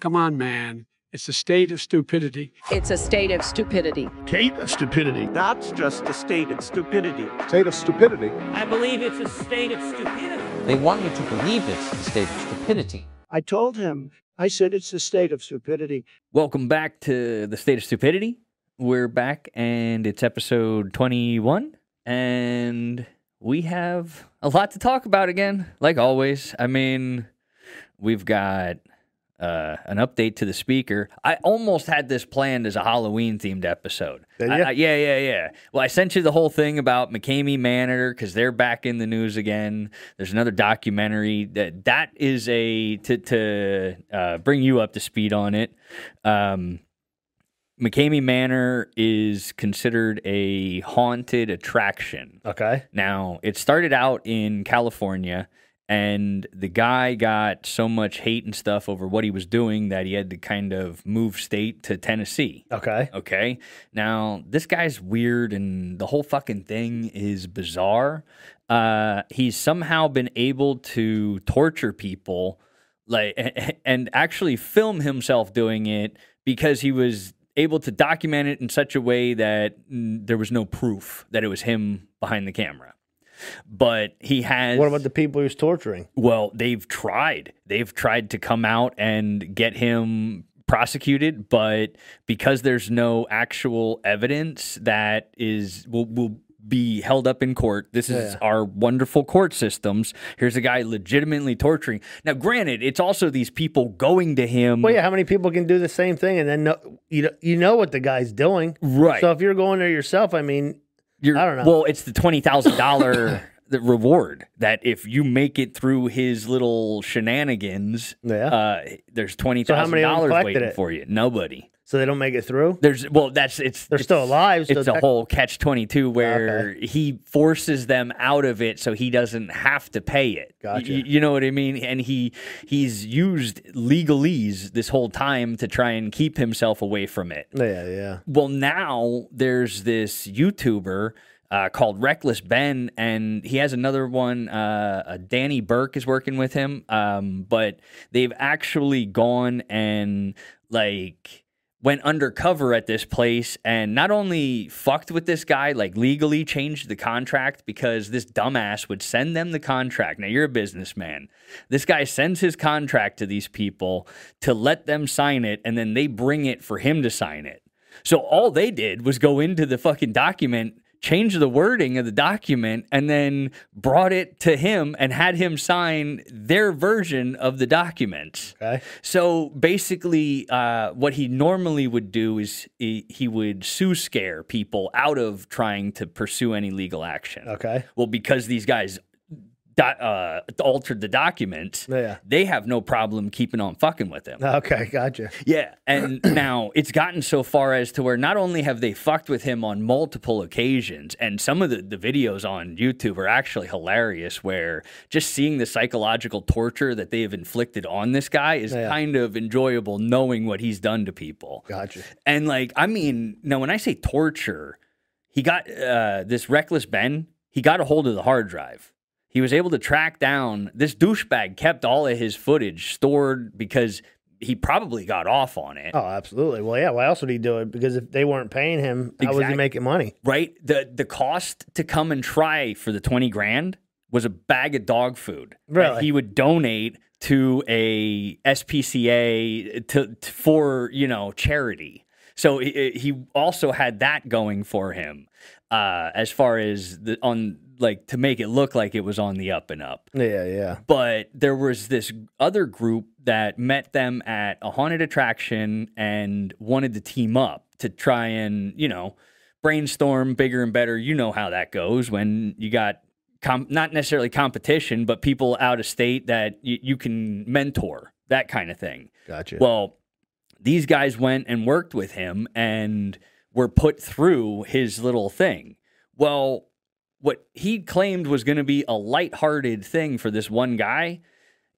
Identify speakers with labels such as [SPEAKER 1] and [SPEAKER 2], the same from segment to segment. [SPEAKER 1] Come on, man. It's a state of stupidity.
[SPEAKER 2] It's a state of stupidity.
[SPEAKER 3] State of stupidity.
[SPEAKER 4] That's just a state of stupidity.
[SPEAKER 5] State of stupidity.
[SPEAKER 6] I believe it's a state of stupidity.
[SPEAKER 7] They want you to believe it's a state of stupidity.
[SPEAKER 4] I told him, I said it's a state of stupidity.
[SPEAKER 8] Welcome back to the State of Stupidity. We're back and it's episode 21 and we have a lot to talk about again, like always. I mean, we've got uh, an update to the speaker. I almost had this planned as a Halloween themed episode.
[SPEAKER 3] Did
[SPEAKER 8] I-
[SPEAKER 3] ya?
[SPEAKER 8] I- yeah, yeah, yeah. Well, I sent you the whole thing about McCamey Manor because they're back in the news again. There's another documentary that that is a to to uh, bring you up to speed on it. Um, McCamey Manor is considered a haunted attraction.
[SPEAKER 3] Okay.
[SPEAKER 8] Now, it started out in California, and the guy got so much hate and stuff over what he was doing that he had to kind of move state to Tennessee.
[SPEAKER 3] Okay.
[SPEAKER 8] Okay. Now, this guy's weird, and the whole fucking thing is bizarre. Uh, he's somehow been able to torture people, like, and actually film himself doing it because he was able to document it in such a way that mm, there was no proof that it was him behind the camera. But he has.
[SPEAKER 3] What about the people he was torturing?
[SPEAKER 8] Well, they've tried. They've tried to come out and get him prosecuted, but because there's no actual evidence that is will will be held up in court. This is
[SPEAKER 3] Yeah.
[SPEAKER 8] our wonderful court systems. Here's a guy legitimately torturing. Now, granted, it's also these people going to him.
[SPEAKER 3] Well, yeah. How many people can do the same thing and then know, you know, you know what the guy's doing?
[SPEAKER 8] Right.
[SPEAKER 3] So if you're going there yourself, I mean,
[SPEAKER 8] You're-
[SPEAKER 3] I don't know.
[SPEAKER 8] Well, it's the twenty thousand dollar the reward that if you make it through his little shenanigans,
[SPEAKER 3] Yeah.
[SPEAKER 8] uh, there's twenty
[SPEAKER 3] how
[SPEAKER 8] thousand
[SPEAKER 3] many of them
[SPEAKER 8] dollars
[SPEAKER 3] collected
[SPEAKER 8] waiting
[SPEAKER 3] it?
[SPEAKER 8] for you. Nobody.
[SPEAKER 3] so they don't make it through.
[SPEAKER 8] There's well, that's it's
[SPEAKER 3] They're
[SPEAKER 8] it's-
[SPEAKER 3] still alive, so
[SPEAKER 8] It's a
[SPEAKER 3] tech-
[SPEAKER 8] whole catch twenty two where he forces them out of it, so he doesn't have to pay it. Y-
[SPEAKER 3] Gotcha.
[SPEAKER 8] y- you know what I mean? And he he's used legalese this whole time to try and keep himself away from it.
[SPEAKER 3] Yeah, yeah.
[SPEAKER 8] Well, now there's this YouTuber uh, called Reckless Ben, and he has another one. Uh, uh, Danny Burke is working with him, um, but they've actually gone and like went undercover at this place and not only fucked with this guy like legally changed the contract because this dumbass would send them the contract now you're a businessman this guy sends his contract to these people to let them sign it and then they bring it for him to sign it so all they did was go into the fucking document, change the wording of the document, and then brought it to him and had him sign their version of the document.
[SPEAKER 3] Okay.
[SPEAKER 8] So basically, uh, what he normally would do is he, he would sue scare people out of trying to pursue any legal action.
[SPEAKER 3] Okay.
[SPEAKER 8] Well, because these guys do- uh, altered the document,
[SPEAKER 3] Yeah.
[SPEAKER 8] they have no problem keeping on fucking with him.
[SPEAKER 3] Okay. Gotcha.
[SPEAKER 8] Yeah, and now it's gotten so far as to where not only have they fucked with him on multiple occasions, and some of the, the videos on YouTube are actually hilarious, where just seeing the psychological torture that they have inflicted on this guy is
[SPEAKER 3] Yeah.
[SPEAKER 8] kind of enjoyable knowing what he's done to people.
[SPEAKER 3] Gotcha.
[SPEAKER 8] And like, I mean, now when I say torture, he got uh, this reckless Ben. He got a hold of the hard drive. He was able to track down this douchebag. Kept all of his footage stored because he probably got off on it.
[SPEAKER 3] Oh, absolutely. Well, yeah. Why else would he do it? Because if they weren't paying him, how was he
[SPEAKER 8] Exact-
[SPEAKER 3] making money?
[SPEAKER 8] Right. The the cost to come and try for the twenty grand was a bag of dog food. that
[SPEAKER 3] Really?
[SPEAKER 8] he would donate to a SPCA to, to- for you know charity. So he, he also had that going for him, uh, as far as the on like to make it look like it was on the up and up
[SPEAKER 3] Yeah, yeah.
[SPEAKER 8] but there was this other group that met them at a haunted attraction and wanted to team up to try and you know brainstorm bigger and better you know how that goes when you got com- not necessarily competition but people out of state that y- you can mentor that kind of thing
[SPEAKER 3] Gotcha.
[SPEAKER 8] well, these guys went and worked with him and were put through his little thing. Well, what he claimed was going to be a lighthearted thing for this one guy,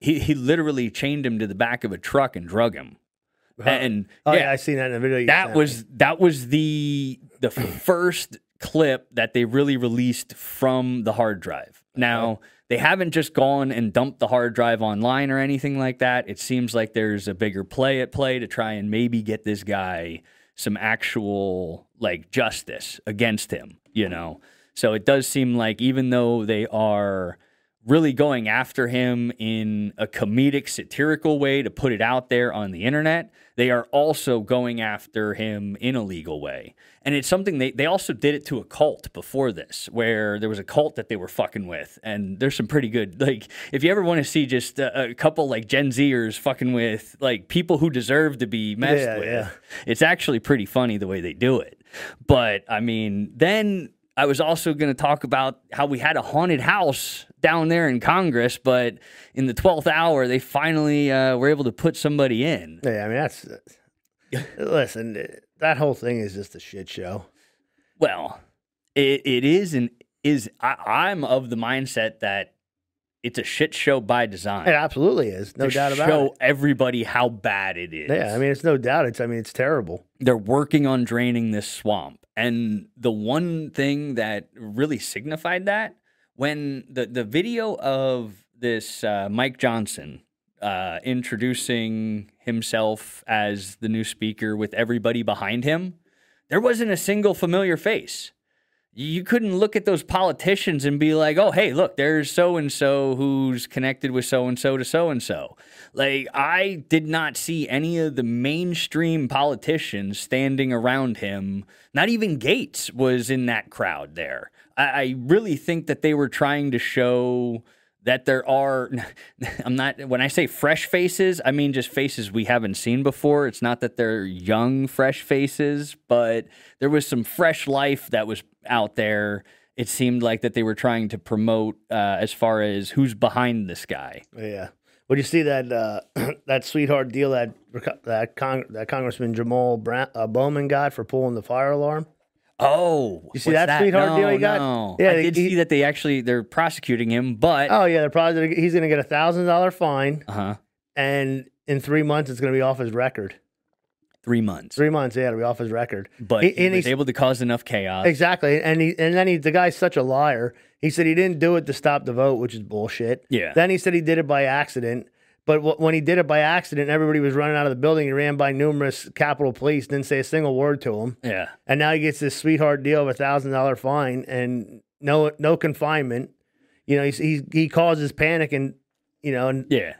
[SPEAKER 8] he, he literally chained him to the back of a truck and drug him. And
[SPEAKER 3] oh yeah.
[SPEAKER 8] yeah,
[SPEAKER 3] I seen that in the video. you
[SPEAKER 8] that
[SPEAKER 3] sent me.
[SPEAKER 8] was that was the the first clip that they really released from the hard drive. Now They haven't just gone and dumped the hard drive online or anything like that. It seems like there's a bigger play at play to try and maybe get this guy some actual like justice against him, you know. So it does seem like even though they are really going after him in a comedic, satirical way to put it out there on the internet. They are also going after him in a legal way. And it's something they, they also did it to a cult before this, where there was a cult that they were fucking with. And there's some pretty good, like, if you ever want to see just a, a couple, like, Gen Zers fucking with, like, people who deserve to be messed
[SPEAKER 3] Yeah,
[SPEAKER 8] with,
[SPEAKER 3] yeah.
[SPEAKER 8] it's actually pretty funny the way they do it. But I mean, then I was also going to talk about how we had a haunted house down there in Congress, but in the 12th hour, they finally uh, were able to put somebody in.
[SPEAKER 3] Yeah, I mean that's. listen, that whole thing is just a shit show.
[SPEAKER 8] Well, it, it is and is. I, I'm of the mindset that it's a shit show by design.
[SPEAKER 3] It absolutely is, no
[SPEAKER 8] To
[SPEAKER 3] doubt about
[SPEAKER 8] show
[SPEAKER 3] it.
[SPEAKER 8] everybody how bad it is.
[SPEAKER 3] Yeah, I mean it's no doubt. It's I mean it's terrible.
[SPEAKER 8] they're working on draining this swamp. And the one thing that really signified that when the, the video of this uh, Mike Johnson uh, introducing himself as the new speaker with everybody behind him, there wasn't a single familiar face. You couldn't look at those politicians and be like, oh, hey, look, there's so and so who's connected with so and so to so and so. Like, I did not see any of the mainstream politicians standing around him. Not even Gates was in that crowd there. I, I really think that they were trying to show that there are i'm not when i say fresh faces i mean just faces we haven't seen before it's not that they're young fresh faces but there was some fresh life that was out there it seemed like that they were trying to promote uh, as far as who's behind this guy
[SPEAKER 3] Yeah. When you see that uh, that sweetheart deal that that, Cong- that Congressman Jamal Brown, uh, Bowman got for pulling the fire alarm?
[SPEAKER 8] oh
[SPEAKER 3] You see
[SPEAKER 8] what's
[SPEAKER 3] that sweetheart
[SPEAKER 8] no,
[SPEAKER 3] deal he got?
[SPEAKER 8] no.
[SPEAKER 3] Yeah,
[SPEAKER 8] i
[SPEAKER 3] they-
[SPEAKER 8] did
[SPEAKER 3] he-
[SPEAKER 8] see that they actually they're prosecuting him but
[SPEAKER 3] Oh yeah, they're probably he's going to get a thousand dollar fine,
[SPEAKER 8] uh-huh
[SPEAKER 3] and in three months it's going to be off his record.
[SPEAKER 8] three months
[SPEAKER 3] Three months, yeah, it'll be off his record.
[SPEAKER 8] but
[SPEAKER 3] He-
[SPEAKER 8] he
[SPEAKER 3] and
[SPEAKER 8] was
[SPEAKER 3] he's-
[SPEAKER 8] able to cause enough chaos
[SPEAKER 3] Exactly, and he and then he the guy's such a liar. He said he didn't do it to stop the vote, which is bullshit.
[SPEAKER 8] Yeah.
[SPEAKER 3] Then he said he did it by accident. But wh- when he did it by accident, everybody was running out of the building. He ran by numerous Capitol police, didn't say a single word to him,
[SPEAKER 8] yeah
[SPEAKER 3] and now he gets this sweetheart deal of a thousand dollar fine and no no confinement. You know, he's, he's, he causes panic, and you know, and
[SPEAKER 8] yeah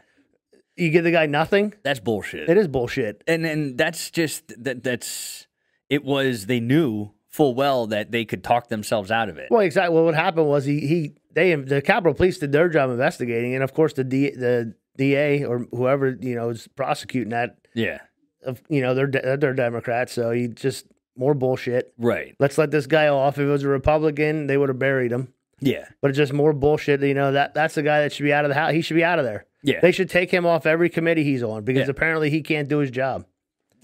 [SPEAKER 3] you give the guy nothing.
[SPEAKER 8] that's bullshit
[SPEAKER 3] It is bullshit.
[SPEAKER 8] and and that's just that that's it was they knew full well that they could talk themselves out of it.
[SPEAKER 3] Well, exactly. Well, what happened was he he they the Capitol Police did their job investigating, and of course the D, the DA or whoever you know is prosecuting that
[SPEAKER 8] yeah,
[SPEAKER 3] of you know they're de- they're Democrats, so he just more bullshit.
[SPEAKER 8] right.
[SPEAKER 3] Let's let this guy off. If it was a Republican, they would have buried him.
[SPEAKER 8] Yeah,
[SPEAKER 3] But it's just more bullshit. You know that that's the guy that should be out of the house. He should be out of there.
[SPEAKER 8] yeah.
[SPEAKER 3] They should take him off every committee he's on because
[SPEAKER 8] Yeah.
[SPEAKER 3] apparently he can't do his job.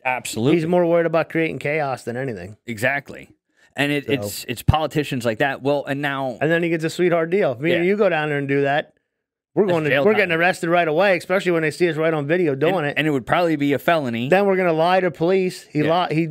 [SPEAKER 8] absolutely.
[SPEAKER 3] He's more worried about creating chaos than anything.
[SPEAKER 8] exactly. And it, it's it's politicians like that. Well, and now
[SPEAKER 3] and then he gets a sweetheart deal. If me and
[SPEAKER 8] Yeah.
[SPEAKER 3] you go down there and do that, we're
[SPEAKER 8] That's
[SPEAKER 3] going to
[SPEAKER 8] jail
[SPEAKER 3] we're getting
[SPEAKER 8] time.
[SPEAKER 3] arrested right away, especially when they see us right on video doing
[SPEAKER 8] and,
[SPEAKER 3] it.
[SPEAKER 8] and it would probably be a felony.
[SPEAKER 3] then we're going to lie to police. He
[SPEAKER 8] Yeah.
[SPEAKER 3] lied. He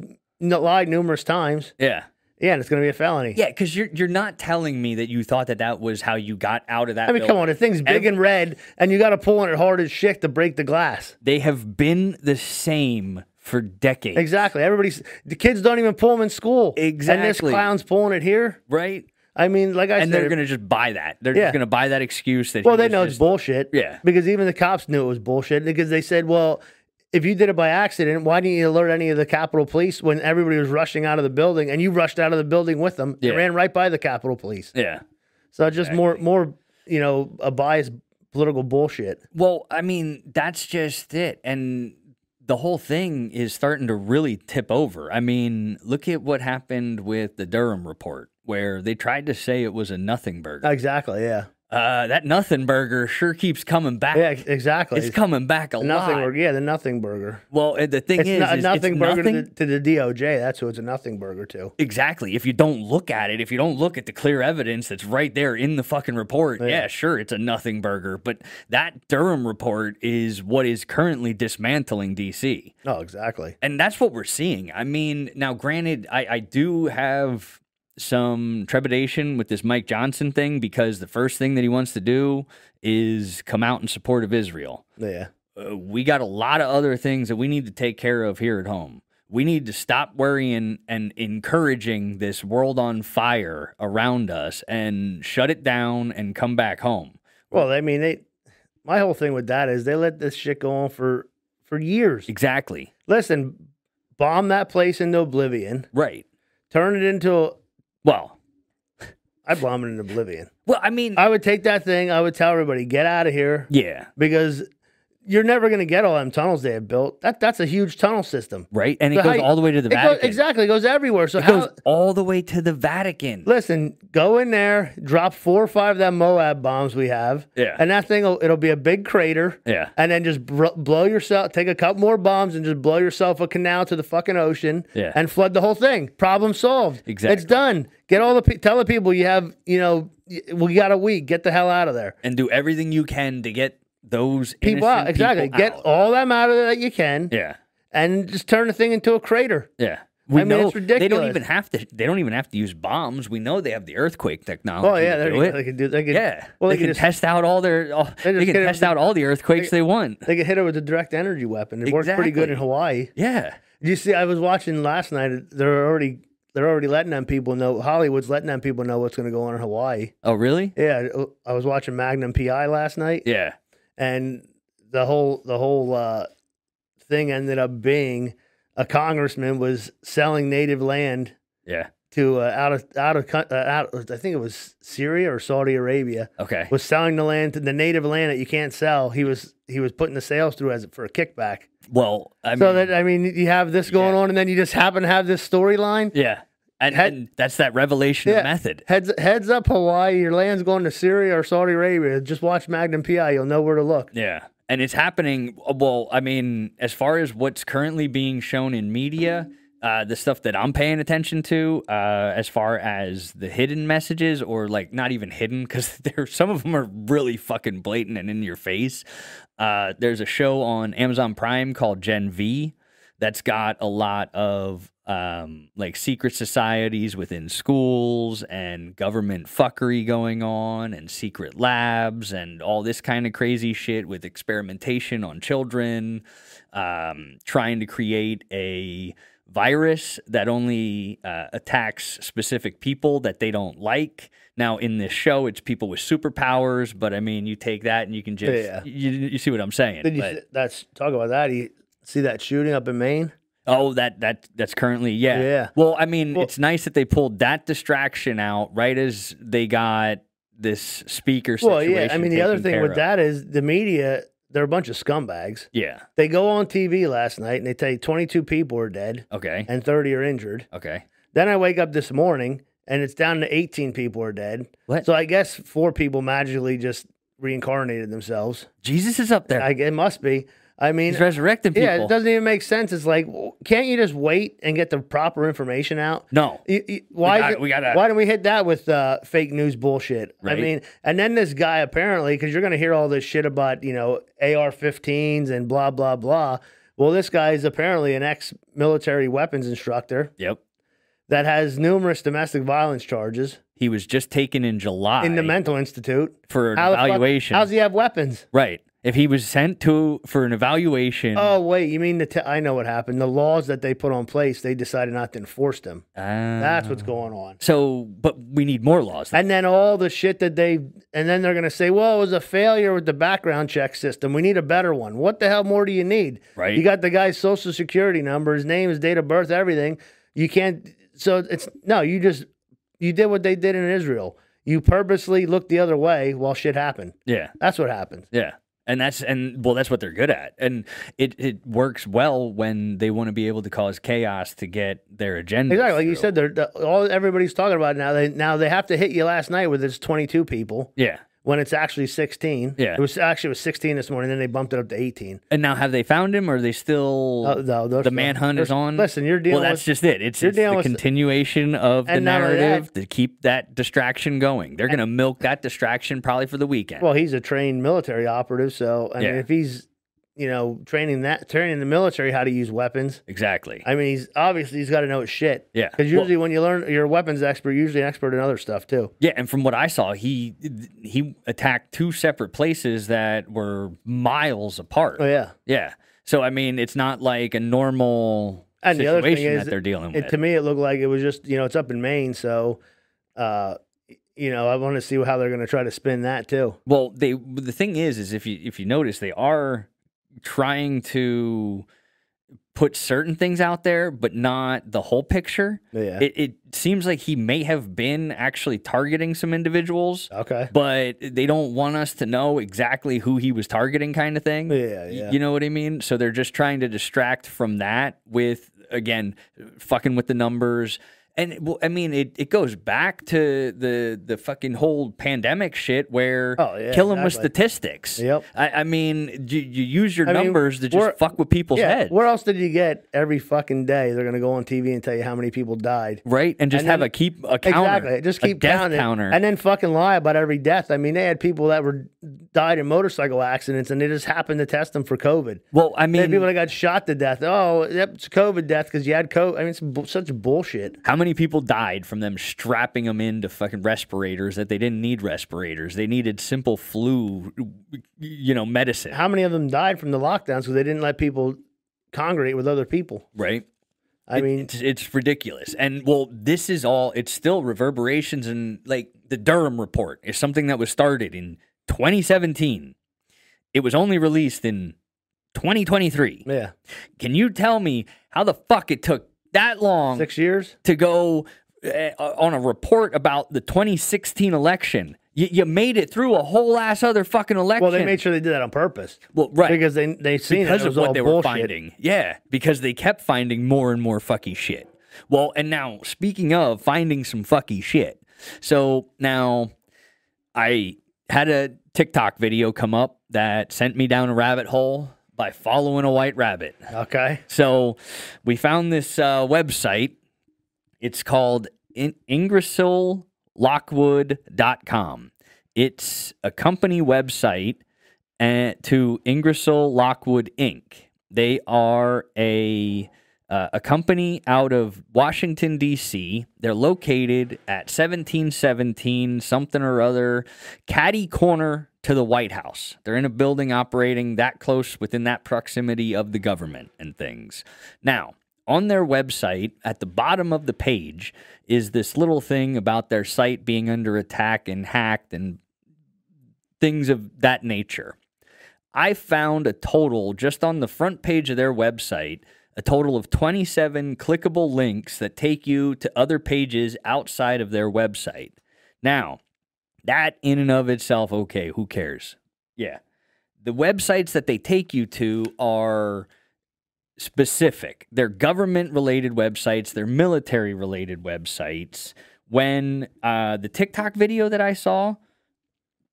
[SPEAKER 3] n- lied numerous times.
[SPEAKER 8] yeah.
[SPEAKER 3] Yeah, and it's going to be a felony.
[SPEAKER 8] Yeah, because you're you're not telling me that you thought that that was how you got out of that.
[SPEAKER 3] I mean, come
[SPEAKER 8] building.
[SPEAKER 3] on, the thing's big
[SPEAKER 8] Every-
[SPEAKER 3] and red, and you got to pull on it hard as shit to break the glass.
[SPEAKER 8] They have been the same for decades,
[SPEAKER 3] Exactly. Everybody's the kids don't even pull them in school. And this
[SPEAKER 8] Exactly.
[SPEAKER 3] clown's pulling it here.
[SPEAKER 8] right?
[SPEAKER 3] I mean, like I
[SPEAKER 8] And
[SPEAKER 3] said,
[SPEAKER 8] they're
[SPEAKER 3] if-
[SPEAKER 8] gonna just buy that. They're
[SPEAKER 3] Yeah.
[SPEAKER 8] just gonna buy that excuse that.
[SPEAKER 3] Well,
[SPEAKER 8] he
[SPEAKER 3] they
[SPEAKER 8] was
[SPEAKER 3] know
[SPEAKER 8] just-
[SPEAKER 3] it's bullshit.
[SPEAKER 8] Yeah.
[SPEAKER 3] Because even the cops knew it was bullshit because they said, well, if you did it by accident, why didn't you alert any of the Capitol Police when everybody was rushing out of the building and you rushed out of the building with them
[SPEAKER 8] Yeah.
[SPEAKER 3] and ran right by the Capitol Police?
[SPEAKER 8] Yeah.
[SPEAKER 3] So just more, more, you know, a biased political bullshit.
[SPEAKER 8] Well, I mean, that's just it. And the whole thing is starting to really tip over. I mean, look at what happened with the Durham report, where they tried to say it was a nothing burger.
[SPEAKER 3] Exactly. Yeah.
[SPEAKER 8] Uh, that nothing burger sure keeps coming back.
[SPEAKER 3] Yeah. ex- Exactly.
[SPEAKER 8] it's coming back a
[SPEAKER 3] The nothing
[SPEAKER 8] lot.
[SPEAKER 3] burger. Yeah. The nothing burger.
[SPEAKER 8] Well, and the thing
[SPEAKER 3] It's
[SPEAKER 8] is,
[SPEAKER 3] not,
[SPEAKER 8] is
[SPEAKER 3] a
[SPEAKER 8] it's
[SPEAKER 3] nothing burger
[SPEAKER 8] nothing-
[SPEAKER 3] To, the, to the DOJ. That's who it's a nothing burger to.
[SPEAKER 8] Exactly. If you don't look at it, if you don't look at the clear evidence that's right there in the fucking report, yeah, sure, it's a nothing burger. But that Durham report is what is currently dismantling DC.
[SPEAKER 3] No, Oh, exactly.
[SPEAKER 8] and that's what we're seeing. I mean, now granted, I, I do have some trepidation with this Mike Johnson thing because the first thing that he wants to do is come out in support of Israel.
[SPEAKER 3] Yeah.
[SPEAKER 8] Uh, we got a lot of other things that we need to take care of here at home. We need to stop worrying and encouraging this world on fire around us and shut it down and come back home.
[SPEAKER 3] Well, I mean, they. My whole thing with that is they let this shit go on for for years.
[SPEAKER 8] E Exactly.
[SPEAKER 3] Listen, bomb that place into oblivion.
[SPEAKER 8] Right.
[SPEAKER 3] Turn it into.
[SPEAKER 8] Well,
[SPEAKER 3] I I'd bomb it into oblivion.
[SPEAKER 8] well, I mean,
[SPEAKER 3] I would take that thing. I would tell everybody, get out of here
[SPEAKER 8] yeah,
[SPEAKER 3] because you're never going to get all them tunnels they have built. That that's a huge tunnel system.
[SPEAKER 8] right. And it
[SPEAKER 3] So how
[SPEAKER 8] goes
[SPEAKER 3] you-
[SPEAKER 8] all the way to the
[SPEAKER 3] It goes-
[SPEAKER 8] Vatican.
[SPEAKER 3] exactly, it goes everywhere. So
[SPEAKER 8] It
[SPEAKER 3] how?
[SPEAKER 8] goes all the way to the Vatican.
[SPEAKER 3] Listen, go in there, drop four or five of them Moab bombs we have,
[SPEAKER 8] Yeah.
[SPEAKER 3] and that thing will, it'll be a big crater,
[SPEAKER 8] Yeah.
[SPEAKER 3] and then just br- blow yourself, take a couple more bombs, and just blow yourself a canal to the fucking ocean,
[SPEAKER 8] Yeah.
[SPEAKER 3] and flood the whole thing. Problem solved.
[SPEAKER 8] Exactly.
[SPEAKER 3] it's done. Get all the pe- tell the people you have, you know, y- we got a week. Get the hell out of there.
[SPEAKER 8] and do everything you can to get those
[SPEAKER 3] People
[SPEAKER 8] innocent
[SPEAKER 3] out, exactly.
[SPEAKER 8] people
[SPEAKER 3] Get
[SPEAKER 8] out.
[SPEAKER 3] all them out of there that you can,
[SPEAKER 8] yeah,
[SPEAKER 3] and just turn the thing into a crater.
[SPEAKER 8] yeah. We
[SPEAKER 3] I mean,
[SPEAKER 8] know
[SPEAKER 3] it's
[SPEAKER 8] they don't
[SPEAKER 3] ridiculous.
[SPEAKER 8] even have to. They don't even have to use bombs. We know they have the earthquake technology.
[SPEAKER 3] Oh yeah,
[SPEAKER 8] to
[SPEAKER 3] there
[SPEAKER 8] do
[SPEAKER 3] you
[SPEAKER 8] it.
[SPEAKER 3] go. They can do. They can,
[SPEAKER 8] yeah,
[SPEAKER 3] Well,
[SPEAKER 8] they,
[SPEAKER 3] they,
[SPEAKER 8] can
[SPEAKER 3] just
[SPEAKER 8] test out all their. All,
[SPEAKER 3] They
[SPEAKER 8] they,
[SPEAKER 3] just
[SPEAKER 8] can
[SPEAKER 3] get
[SPEAKER 8] test
[SPEAKER 3] every-
[SPEAKER 8] out all the earthquakes they, want.
[SPEAKER 3] They could hit it with a direct energy weapon. It worked pretty good
[SPEAKER 8] Exactly.
[SPEAKER 3] in Hawaii.
[SPEAKER 8] Yeah,
[SPEAKER 3] You see, I was watching last night. They're already they're already letting them people know. Hollywood's letting them people know what's going to go on in Hawaii.
[SPEAKER 8] Oh, really?
[SPEAKER 3] Yeah, I was watching Magnum PI last night,
[SPEAKER 8] Yeah.
[SPEAKER 3] and the whole the whole uh, thing ended up being a congressman was selling native land
[SPEAKER 8] Yeah.
[SPEAKER 3] to uh, out of out of coun- uh, out. I think it was Syria or Saudi Arabia
[SPEAKER 8] Okay.
[SPEAKER 3] was selling the land to the native land that you can't sell. He was he was putting the sales through as for a kickback.
[SPEAKER 8] Well, I mean,
[SPEAKER 3] so that uh, I mean, you have this going on, and then you just happen to have this storyline.
[SPEAKER 8] yeah, and,
[SPEAKER 3] Had-
[SPEAKER 8] and that's that revelation
[SPEAKER 3] Yeah.
[SPEAKER 8] of method.
[SPEAKER 3] Heads heads up, Hawaii. Your land's going to Syria or Saudi Arabia. Just watch Magnum PI. You'll know where to look.
[SPEAKER 8] Yeah. And it's happening. uh, Well, I mean, as far as what's currently being shown in media, uh, the stuff that I'm paying attention to, uh, as far as the hidden messages, or like not even hidden, because there some of them are really fucking blatant and in your face. Uh, there's a show on Amazon Prime called Gen V that's got a lot of um, like secret societies within schools and government fuckery going on and secret labs and all this kind of crazy shit with experimentation on children, um, trying to create a virus that only uh, attacks specific people that they don't like. Now in this show, it's people with superpowers, but I mean, you take that and you can just
[SPEAKER 3] Yeah.
[SPEAKER 8] you, you see what I'm saying.
[SPEAKER 3] Did you
[SPEAKER 8] but-
[SPEAKER 3] see, that's talk about that? You see that shooting up in Maine?
[SPEAKER 8] Oh, that that that's currently yeah.
[SPEAKER 3] Yeah.
[SPEAKER 8] Well, I mean,
[SPEAKER 3] Well-
[SPEAKER 8] it's nice that they pulled that distraction out right as they got this speaker situation.
[SPEAKER 3] Well, yeah. I mean, the other
[SPEAKER 8] taken
[SPEAKER 3] thing
[SPEAKER 8] care
[SPEAKER 3] with
[SPEAKER 8] of.
[SPEAKER 3] that is the media. They're a bunch of scumbags.
[SPEAKER 8] Yeah.
[SPEAKER 3] They go on TV last night and they tell you 22 people are dead
[SPEAKER 8] Okay.
[SPEAKER 3] and 30 are injured.
[SPEAKER 8] Okay.
[SPEAKER 3] Then I wake up this morning and it's down to 18 people are dead.
[SPEAKER 8] What?
[SPEAKER 3] So I guess four people magically just reincarnated themselves.
[SPEAKER 8] Jesus is up there.
[SPEAKER 3] I, it must be. I mean,
[SPEAKER 8] He's resurrecting people.
[SPEAKER 3] yeah, it doesn't even make sense. It's like, w- can't you just wait and get the proper information out?
[SPEAKER 8] No.
[SPEAKER 3] You- you- why?
[SPEAKER 8] got-
[SPEAKER 3] is it-
[SPEAKER 8] we gotta-
[SPEAKER 3] why don't we hit that with uh, fake news bullshit?
[SPEAKER 8] Right.
[SPEAKER 3] I mean, and then this guy apparently, because you're going to hear all this shit about you know AR-15s and blah blah blah. Well, this guy is apparently an ex-military weapons instructor
[SPEAKER 8] Yep.
[SPEAKER 3] that has numerous domestic violence charges
[SPEAKER 8] He was just taken in July
[SPEAKER 3] in the mental institute.
[SPEAKER 8] for an
[SPEAKER 3] How the fuck-
[SPEAKER 8] evaluation.
[SPEAKER 3] how's he have weapons?
[SPEAKER 8] right. If he was sent to for an evaluation.
[SPEAKER 3] Oh wait, you mean the? Te- I know what happened. The laws that they put on place, they decided not to enforce them. That's what's going on.
[SPEAKER 8] uh, So, but we need more laws.
[SPEAKER 3] And then all the shit that they, and then they're going to say, well, it was a failure with the background check system. We need a better one. What the hell more do you need?
[SPEAKER 8] Right.
[SPEAKER 3] You got the guy's social security number, his name, his date of birth, everything. You can't, so it's, no, you just, you did what they did in Israel. You purposely looked the other way while shit happened.
[SPEAKER 8] yeah.
[SPEAKER 3] That's what happened.
[SPEAKER 8] Yeah. And that's and well, that's what they're good at, and it, it works well when they want to be able to cause chaos to get their agenda.
[SPEAKER 3] Exactly. Like you said, they're, the, all everybody's talking about it now. They, now they have to hit you last night with it's 22 people
[SPEAKER 8] yeah.
[SPEAKER 3] when it's actually 16.
[SPEAKER 8] Yeah.
[SPEAKER 3] It was actually it was 16 this morning. Then they bumped it up to 18.
[SPEAKER 8] And now, have they found him? Or are they still
[SPEAKER 3] Oh, no, they're
[SPEAKER 8] the
[SPEAKER 3] still-
[SPEAKER 8] manhunt
[SPEAKER 3] they're-
[SPEAKER 8] is on?
[SPEAKER 3] listen, you're dealing
[SPEAKER 8] Well, that's
[SPEAKER 3] with-
[SPEAKER 8] just it. It's,
[SPEAKER 3] you're
[SPEAKER 8] it's the
[SPEAKER 3] dealing with-
[SPEAKER 8] continuation of the
[SPEAKER 3] And not only that-
[SPEAKER 8] narrative to keep that distraction going. They're going to milk that distraction probably for the weekend.
[SPEAKER 3] Well, he's a trained military operative, so I
[SPEAKER 8] Yeah.
[SPEAKER 3] mean, if he's you know, training that training the military how to use weapons.
[SPEAKER 8] Exactly.
[SPEAKER 3] I mean, he's obviously he's got to know his shit.
[SPEAKER 8] Yeah.
[SPEAKER 3] Because usually when you learn, you're a weapons expert. You're usually an expert in other stuff too.
[SPEAKER 8] Yeah, and from what I saw, he he attacked two separate places that were miles apart.
[SPEAKER 3] Oh yeah.
[SPEAKER 8] Yeah. So I mean, it's not like a normal
[SPEAKER 3] And the
[SPEAKER 8] situation
[SPEAKER 3] other thing is,
[SPEAKER 8] that they're dealing
[SPEAKER 3] It,
[SPEAKER 8] with.
[SPEAKER 3] to me, it looked like it was just you know it's up in Maine, so uh, you know I want to see how they're going to try to spin that too.
[SPEAKER 8] well, they the thing is, is if you if you notice, they are trying to put certain things out there, but not the whole picture.
[SPEAKER 3] Yeah.
[SPEAKER 8] It, it seems like he may have been actually targeting some individuals.
[SPEAKER 3] okay.
[SPEAKER 8] but they don't want us to know exactly who he was targeting, kind of thing.
[SPEAKER 3] Yeah,
[SPEAKER 8] Y-
[SPEAKER 3] yeah.
[SPEAKER 8] You know what I mean? So they're just trying to distract from that with, again, fucking with the numbers. And well, I mean, it, it goes back to the the fucking whole pandemic shit where
[SPEAKER 3] Oh, yeah,
[SPEAKER 8] kill 'em with
[SPEAKER 3] exactly.
[SPEAKER 8] statistics.
[SPEAKER 3] Yep.
[SPEAKER 8] I, I mean, you, you use your
[SPEAKER 3] I mean,
[SPEAKER 8] numbers to
[SPEAKER 3] we're-
[SPEAKER 8] just fuck with people's
[SPEAKER 3] Yeah.
[SPEAKER 8] heads,
[SPEAKER 3] Where else did you get every fucking day? They're going to go on TV and tell you how many people died.
[SPEAKER 8] right? And just
[SPEAKER 3] And
[SPEAKER 8] have
[SPEAKER 3] then-
[SPEAKER 8] a keep a counter,
[SPEAKER 3] Exactly. Just
[SPEAKER 8] a
[SPEAKER 3] keep
[SPEAKER 8] death
[SPEAKER 3] counting.
[SPEAKER 8] counter.
[SPEAKER 3] And then fucking lie about every death. I mean, they had people that were died in motorcycle accidents and they just happened to test them for COVID.
[SPEAKER 8] well, I
[SPEAKER 3] They had
[SPEAKER 8] mean,
[SPEAKER 3] people that got shot to death. Oh, yep, it's COVID death because you had COVID. I mean, it's bu- such bullshit.
[SPEAKER 8] How many people died from them strapping them into fucking respirators that they didn't need respirators? They needed simple flu, you know, medicine,
[SPEAKER 3] How many of them died from the lockdowns because they didn't let people congregate with other people?
[SPEAKER 8] right?
[SPEAKER 3] I
[SPEAKER 8] It-
[SPEAKER 3] mean,
[SPEAKER 8] it's, it's ridiculous. And well, this is all, it's still reverberations. And like the Durham report is something that was started in 2017. It was only released in 2023.
[SPEAKER 3] yeah,
[SPEAKER 8] Can you tell me how the fuck it took that long
[SPEAKER 3] six years.
[SPEAKER 8] to go uh, on a report about the 2016 election. You, you made it through a whole ass other fucking election.
[SPEAKER 3] Well, they made sure they did that on purpose
[SPEAKER 8] Well, right
[SPEAKER 3] because they they seen
[SPEAKER 8] because
[SPEAKER 3] it. It was
[SPEAKER 8] of what
[SPEAKER 3] all
[SPEAKER 8] they were
[SPEAKER 3] bullshit.
[SPEAKER 8] finding. Yeah, because they kept finding more and more fucky shit. Well, and now speaking of finding some fucky shit, so now I had a TikTok video come up that sent me down a rabbit hole by following a white rabbit.
[SPEAKER 3] Okay,
[SPEAKER 8] So we found this uh, website. It's called in- ingersolllockwood.com. It's a company website uh, to Ingersoll Lockwood Inc. They are a uh, a company out of Washington D.C. They're located at 1717 something or other, caddy corner to the White House. They're in a building operating that close within that proximity of the government and things. Now, on their website, at the bottom of the page, is this little thing about their site being under attack and hacked and things of that nature. I found a total just on the front page of their website, a total of 27 clickable links that take you to other pages outside of their website. Now, that in and of itself, okay, who cares? Yeah. The websites that they take you to are specific. They're government related websites, they're military related websites. When uh, the TikTok video that I saw,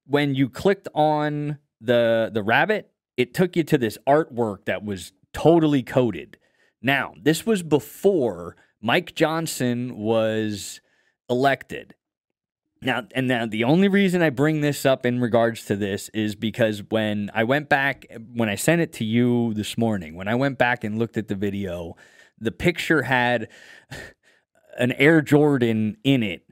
[SPEAKER 8] when you clicked on the the rabbit, it took you to this artwork that was totally coded. Now, this was before Mike Johnson was elected. Now, and now the only reason I bring this up in regards to this is because when I went back, when I sent it to you this morning, when I went back and looked at the video, the picture had an Air Jordan in it.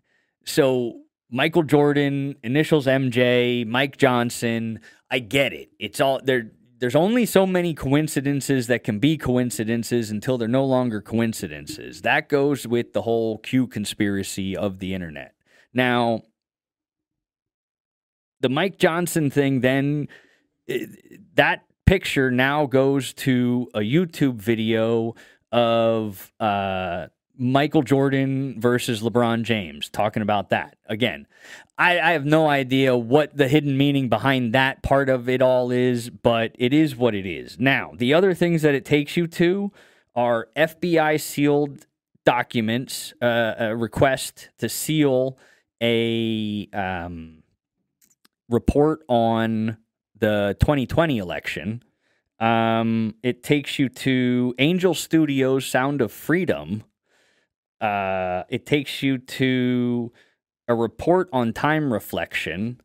[SPEAKER 8] So Michael Jordan, initials MJ, Mike Johnson. I get it. It's all there. There's only so many coincidences that can be coincidences until they're no longer coincidences. That goes with the whole Q conspiracy of the internet. Now, the Mike Johnson thing, then i- that picture now goes to a YouTube video of uh, Michael Jordan versus LeBron James talking about that. Again, I, I have no idea what the hidden meaning behind that part of it all is, but it is what it is. Now, the other things that it takes you to are FBI sealed documents, uh, a request to seal a um, report on the 2020 election. Um, it takes you to Angel Studios Sound of Freedom. Uh, it takes you to a report on time reflection.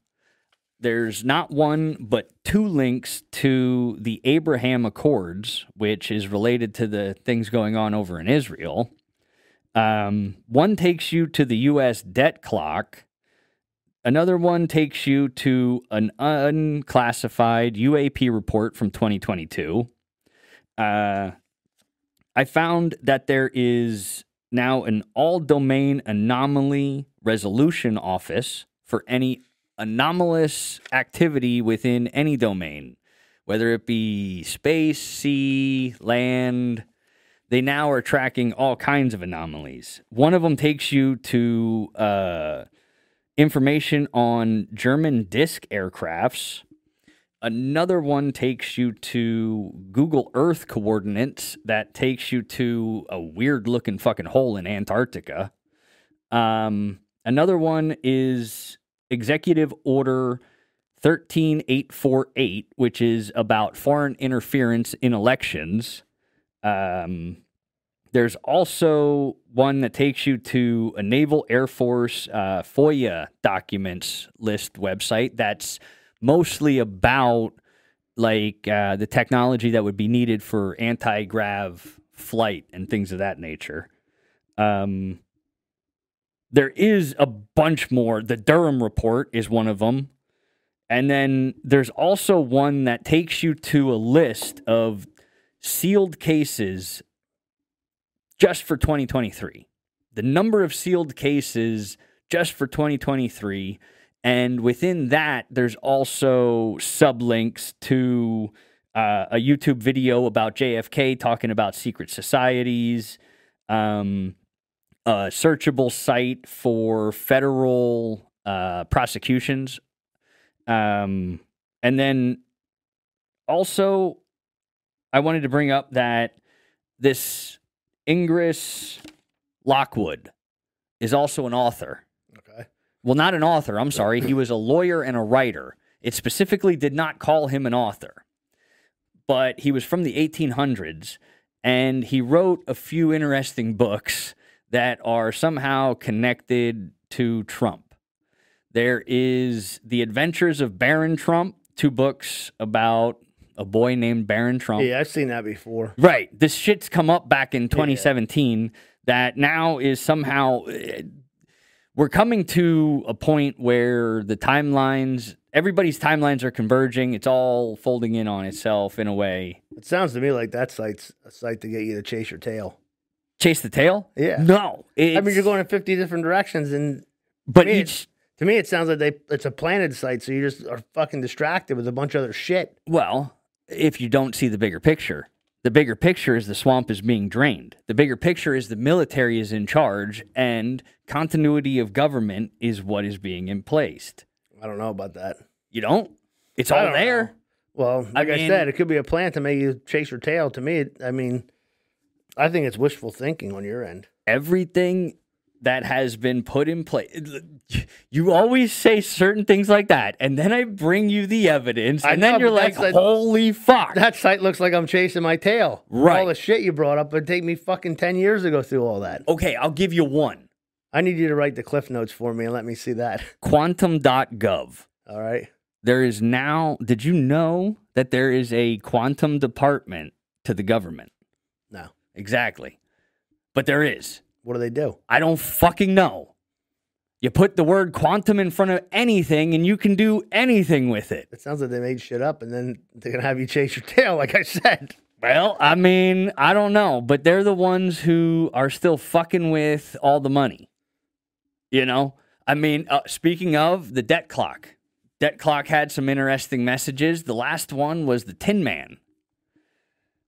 [SPEAKER 8] There's not one, but two links to the Abraham Accords, which is related to the things going on over in Israel. Um, one takes you to the U.S. debt clock. Another one takes you to an unclassified UAP report from 2022. Uh, I found that there is now an all domain anomaly resolution office for any anomalous activity within any domain, whether it be space, sea, land. They now are tracking all kinds of anomalies. One of them takes you to uh, information on German disc aircrafts. Another one takes you to Google Earth coordinates that takes you to a weird looking fucking hole in Antarctica. Um, another one is Executive Order 13848, which is about foreign interference in elections. Um, there's also one that takes you to a Naval Air Force uh, FOIA documents list website that's mostly about like uh, the technology that would be needed for anti grav flight and things of that nature. Um, there is a bunch more. The Durham report is one of them. And then there's also one that takes you to a list of sealed cases just for 2023. The number of sealed cases just for 2023. And within that, there's also sublinks to uh, a YouTube video about JFK talking about secret societies, um, a searchable site for federal uh, prosecutions. Um, and then also, I wanted to bring up that this Ingris Lockwood is also an author.
[SPEAKER 3] Okay.
[SPEAKER 8] Well, not an author. I'm sorry. He was a lawyer and a writer. It specifically did not call him an author, but he was from the 1800s and he wrote a few interesting books that are somehow connected to Trump. There is The Adventures of Baron Trump, two books about a boy named Baron Trump.
[SPEAKER 3] Yeah, I've seen that before.
[SPEAKER 8] Right. This shit's come up back in 2017 that now is somehow eh, we're coming to a point where the timelines everybody's timelines are converging. It's all folding in on itself in a way.
[SPEAKER 3] It sounds to me like that site's a site to get you to chase your tail.
[SPEAKER 8] Chase the tail?
[SPEAKER 3] Yeah.
[SPEAKER 8] No.
[SPEAKER 3] I mean, you're
[SPEAKER 8] it's-
[SPEAKER 3] going in 50 different directions, and
[SPEAKER 8] but
[SPEAKER 3] I mean,
[SPEAKER 8] each
[SPEAKER 3] to me, it sounds like they it's a planted site, so you just are fucking distracted with a bunch of other shit.
[SPEAKER 8] Well, if you don't see the bigger picture, the bigger picture is the swamp is being drained. The bigger picture is the military is in charge and continuity of government is what is being in placed.
[SPEAKER 3] I don't know about that.
[SPEAKER 8] You don't? It's
[SPEAKER 3] I
[SPEAKER 8] all
[SPEAKER 3] don't
[SPEAKER 8] there.
[SPEAKER 3] know. Well, like I,
[SPEAKER 8] mean-
[SPEAKER 3] said, it could be a plan to make you chase your tail. To me, it, I mean, I think it's wishful thinking on your end.
[SPEAKER 8] Everything that has been put in place. You always say certain things like that, and then I bring you the evidence,
[SPEAKER 3] I
[SPEAKER 8] and
[SPEAKER 3] know,
[SPEAKER 8] then you're
[SPEAKER 3] but
[SPEAKER 8] like,
[SPEAKER 3] that's a-
[SPEAKER 8] holy fuck.
[SPEAKER 3] That site looks like I'm chasing my tail.
[SPEAKER 8] Right.
[SPEAKER 3] All the shit you brought up would take me fucking 10 years to go through all that.
[SPEAKER 8] Okay, I'll give you one
[SPEAKER 3] I need you to write the cliff notes for me and let me see that.
[SPEAKER 8] quantum.gov.
[SPEAKER 3] All right.
[SPEAKER 8] there is now did you know that there is a quantum department to the government
[SPEAKER 3] No.
[SPEAKER 8] exactly but there is
[SPEAKER 3] What do they do?
[SPEAKER 8] i don't fucking know you put the word quantum in front of anything and you can do anything with it
[SPEAKER 3] It sounds like they made shit up and then they're going to have you chase your tail, like I said.
[SPEAKER 8] well i mean i don't know but they're the ones who are still fucking with all the money you know i mean uh, speaking of the debt clock debt clock had some interesting messages the last one was the tin man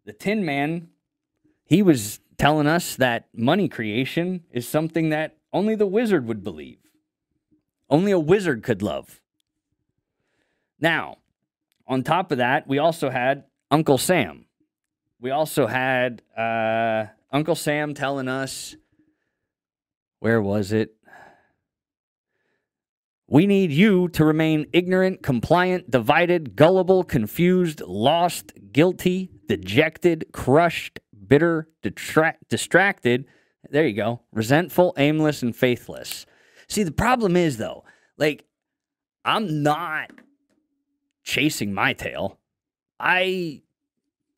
[SPEAKER 8] the Tin Man, he was telling us that money creation is something that only the wizard would believe. Only a wizard could love. Now, on top of that, we also had Uncle Sam. We also had uh, Uncle Sam telling us, where was it? We need you to remain ignorant, compliant, divided, gullible, confused, lost, guilty, dejected, crushed, bitter, detra- distracted. There you go. Resentful, aimless, and faithless. See, the problem is, though, like, I'm not chasing my tail. I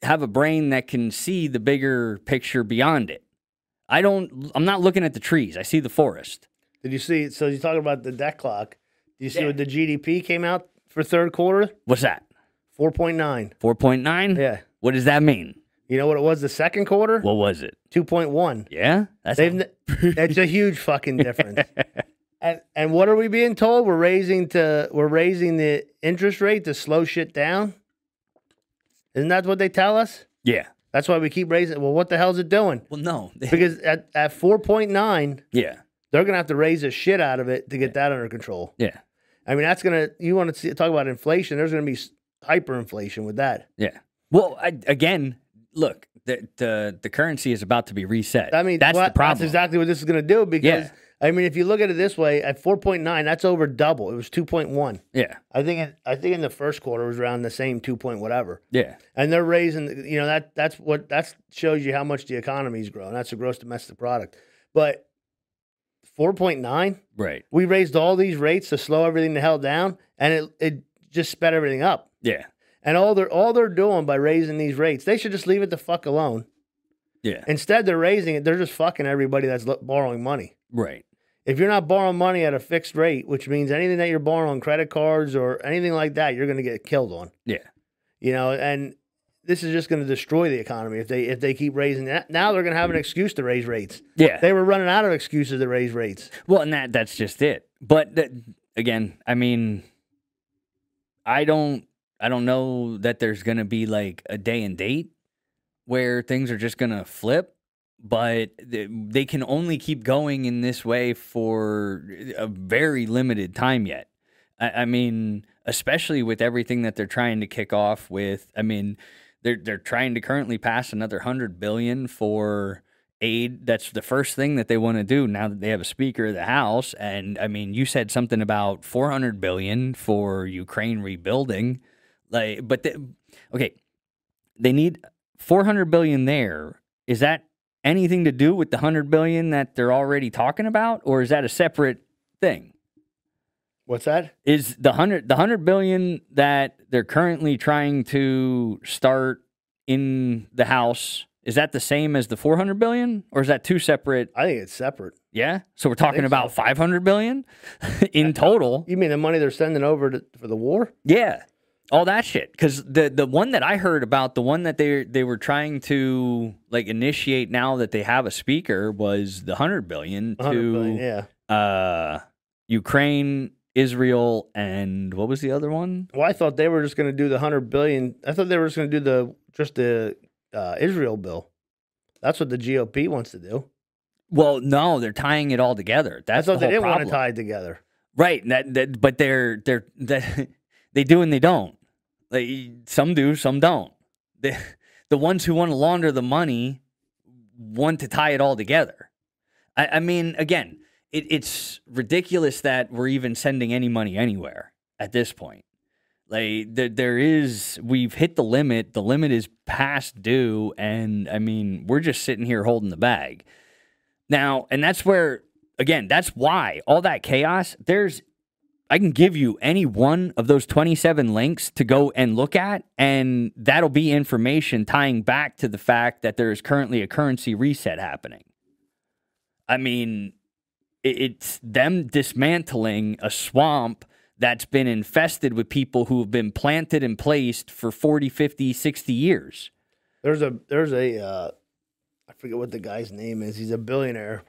[SPEAKER 8] have a brain that can see the bigger picture beyond it. I don't, I'm not looking at the trees. I see the forest.
[SPEAKER 3] Did you see? So you're talking about the debt clock. Do you see
[SPEAKER 8] Yeah.
[SPEAKER 3] what the GDP came out for third quarter?
[SPEAKER 8] What's that?
[SPEAKER 3] 4.9.
[SPEAKER 8] 4.9?
[SPEAKER 3] Yeah.
[SPEAKER 8] What does that mean?
[SPEAKER 3] You know what it was the second quarter?
[SPEAKER 8] What was it?
[SPEAKER 3] 2.1.
[SPEAKER 8] Yeah. That's
[SPEAKER 3] They've, n- that's a huge fucking difference. and and what are we being told? We're raising to we're raising the interest rate to slow shit down. Isn't that what they tell us?
[SPEAKER 8] yeah.
[SPEAKER 3] That's why we keep raising. Well, what the hell's it doing?
[SPEAKER 8] Well, no.
[SPEAKER 3] Because at, at 4.9,
[SPEAKER 8] yeah.
[SPEAKER 3] they're gonna have to raise the shit out of it to get that under control.
[SPEAKER 8] Yeah.
[SPEAKER 3] I mean, that's gonna you want to see, talk about inflation? There's gonna be s- hyperinflation with that.
[SPEAKER 8] Yeah. Well, I, again, look, the, the the currency is about to be reset.
[SPEAKER 3] I mean,
[SPEAKER 8] that's
[SPEAKER 3] well,
[SPEAKER 8] the problem.
[SPEAKER 3] That's exactly what this is going to do because
[SPEAKER 8] Yeah.
[SPEAKER 3] I mean, if you look at it this way, at 4.9, that's over double. It was 2.1.
[SPEAKER 8] yeah.
[SPEAKER 3] I think it, I think in the first quarter it was around the same 2. point whatever.
[SPEAKER 8] Yeah.
[SPEAKER 3] And they're raising, you know, that that's what that shows you how much the economy's growing. That's the gross domestic product. But 4.9,
[SPEAKER 8] Right.
[SPEAKER 3] we raised all these rates to slow everything the hell down and it it just sped everything up.
[SPEAKER 8] Yeah.
[SPEAKER 3] And all they're all they're doing by raising these rates, they should just leave it the fuck alone.
[SPEAKER 8] Yeah.
[SPEAKER 3] Instead, they're raising it. They're just fucking everybody that's lo- borrowing money.
[SPEAKER 8] Right.
[SPEAKER 3] If you're not borrowing money at a fixed rate, which means anything that you're borrowing on credit cards or anything like that, you're going to get killed on.
[SPEAKER 8] Yeah.
[SPEAKER 3] You know, and this is just going to destroy the economy if they if they keep raising that. Now they're going to have an excuse to raise rates.
[SPEAKER 8] Yeah.
[SPEAKER 3] They were running out of excuses to raise rates.
[SPEAKER 8] Well, and that that's just it. But that, again, I mean, I don't I don't know that there's gonna be like a day and date where things are just gonna flip. But th- they can only keep going in this way for a very limited time yet. I, I mean, especially with everything that they're trying to kick off with. I mean, they're they're trying to currently pass another hundred billion for aid. That's the first thing that they want to do now that they have a Speaker of the House. And I mean, you said something about four hundred billion for Ukraine rebuilding. Like, but the, okay, they need four hundred billion there. Is that anything to do with the hundred billion that they're already talking about, or is that a separate thing?
[SPEAKER 3] What's that?
[SPEAKER 8] is the hundred the hundred billion that they're currently trying to start in the house is that the same as the 400 billion or is that two separate
[SPEAKER 3] I think it's separate.
[SPEAKER 8] yeah so we're talking
[SPEAKER 3] think
[SPEAKER 8] about 500 billion in total
[SPEAKER 3] You mean the money they're sending over to, for the war?
[SPEAKER 8] yeah all that shit because the the one that i heard about the one that they they were trying to like initiate now that they have a speaker was the 100 billion to
[SPEAKER 3] 100 billion, yeah.
[SPEAKER 8] uh ukraine israel and what was the other one
[SPEAKER 3] Well, I thought they were just going to do the hundred billion. I thought they were just going to do the just the uh, Israel bill. That's what the GOP wants to do.
[SPEAKER 8] Well, no, they're tying it all together. That's
[SPEAKER 3] I thought
[SPEAKER 8] the
[SPEAKER 3] they
[SPEAKER 8] whole
[SPEAKER 3] didn't
[SPEAKER 8] problem.
[SPEAKER 3] want to tie it together.
[SPEAKER 8] Right. That, that, but they're they're that, they do and they don't. Like some do, some don't. The the ones who want to launder the money want to tie it all together. I, I mean, again, it, it's ridiculous that we're even sending any money anywhere at this point. Like there, there is, we've hit the limit. The limit is past due, and I mean, we're just sitting here holding the bag. Now, and that's where, again, that's why all that chaos, there's, I can give you any one of those 27 links to go and look at, and that'll be information tying back to the fact that there is currently a currency reset happening. I mean, it- it's them dismantling a swamp that's been infested with people who have been planted and placed for 40, 50, 60 years.
[SPEAKER 3] There's a there's a uh, I forget what the guy's name is. He's a billionaire,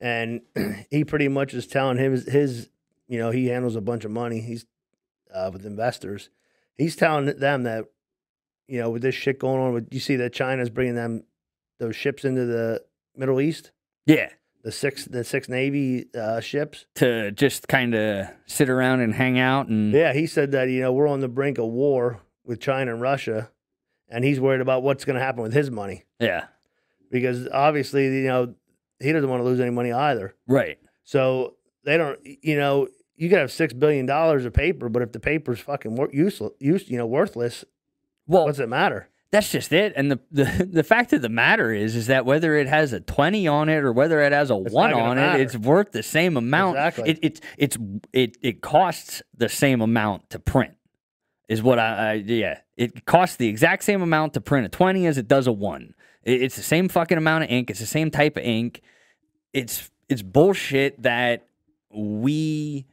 [SPEAKER 3] and he pretty much is telling him his, his you know he handles a bunch of money. He's uh, with investors. He's telling them that you know with this shit going on, with you see that China's bringing them those ships into the Middle East.
[SPEAKER 8] Yeah.
[SPEAKER 3] the six the six navy uh, ships.
[SPEAKER 8] To just kind of sit around and hang out and
[SPEAKER 3] Yeah, he said that you know we're on the brink of war with China and Russia, and he's worried about what's going to happen with his money
[SPEAKER 8] Yeah.
[SPEAKER 3] because obviously you know he doesn't want to lose any money either.
[SPEAKER 8] Right.
[SPEAKER 3] So they don't, you know, you could have six billion dollars of paper, but if the paper's fucking wor- useless, use, you know, worthless,
[SPEAKER 8] Well,
[SPEAKER 3] what's it matter?
[SPEAKER 8] that's just it. And the, the the fact of the matter is, is that whether it has a twenty on it or whether it has a
[SPEAKER 3] not
[SPEAKER 8] one
[SPEAKER 3] gonna
[SPEAKER 8] on
[SPEAKER 3] matter.
[SPEAKER 8] it, it's worth the same amount.
[SPEAKER 3] Exactly.
[SPEAKER 8] It, it's it's it it costs the same amount to print. is what I, I yeah. It costs the exact same amount to print a twenty as it does a one. It- it's the same fucking amount of ink. It's the same type of ink. It's it's bullshit that we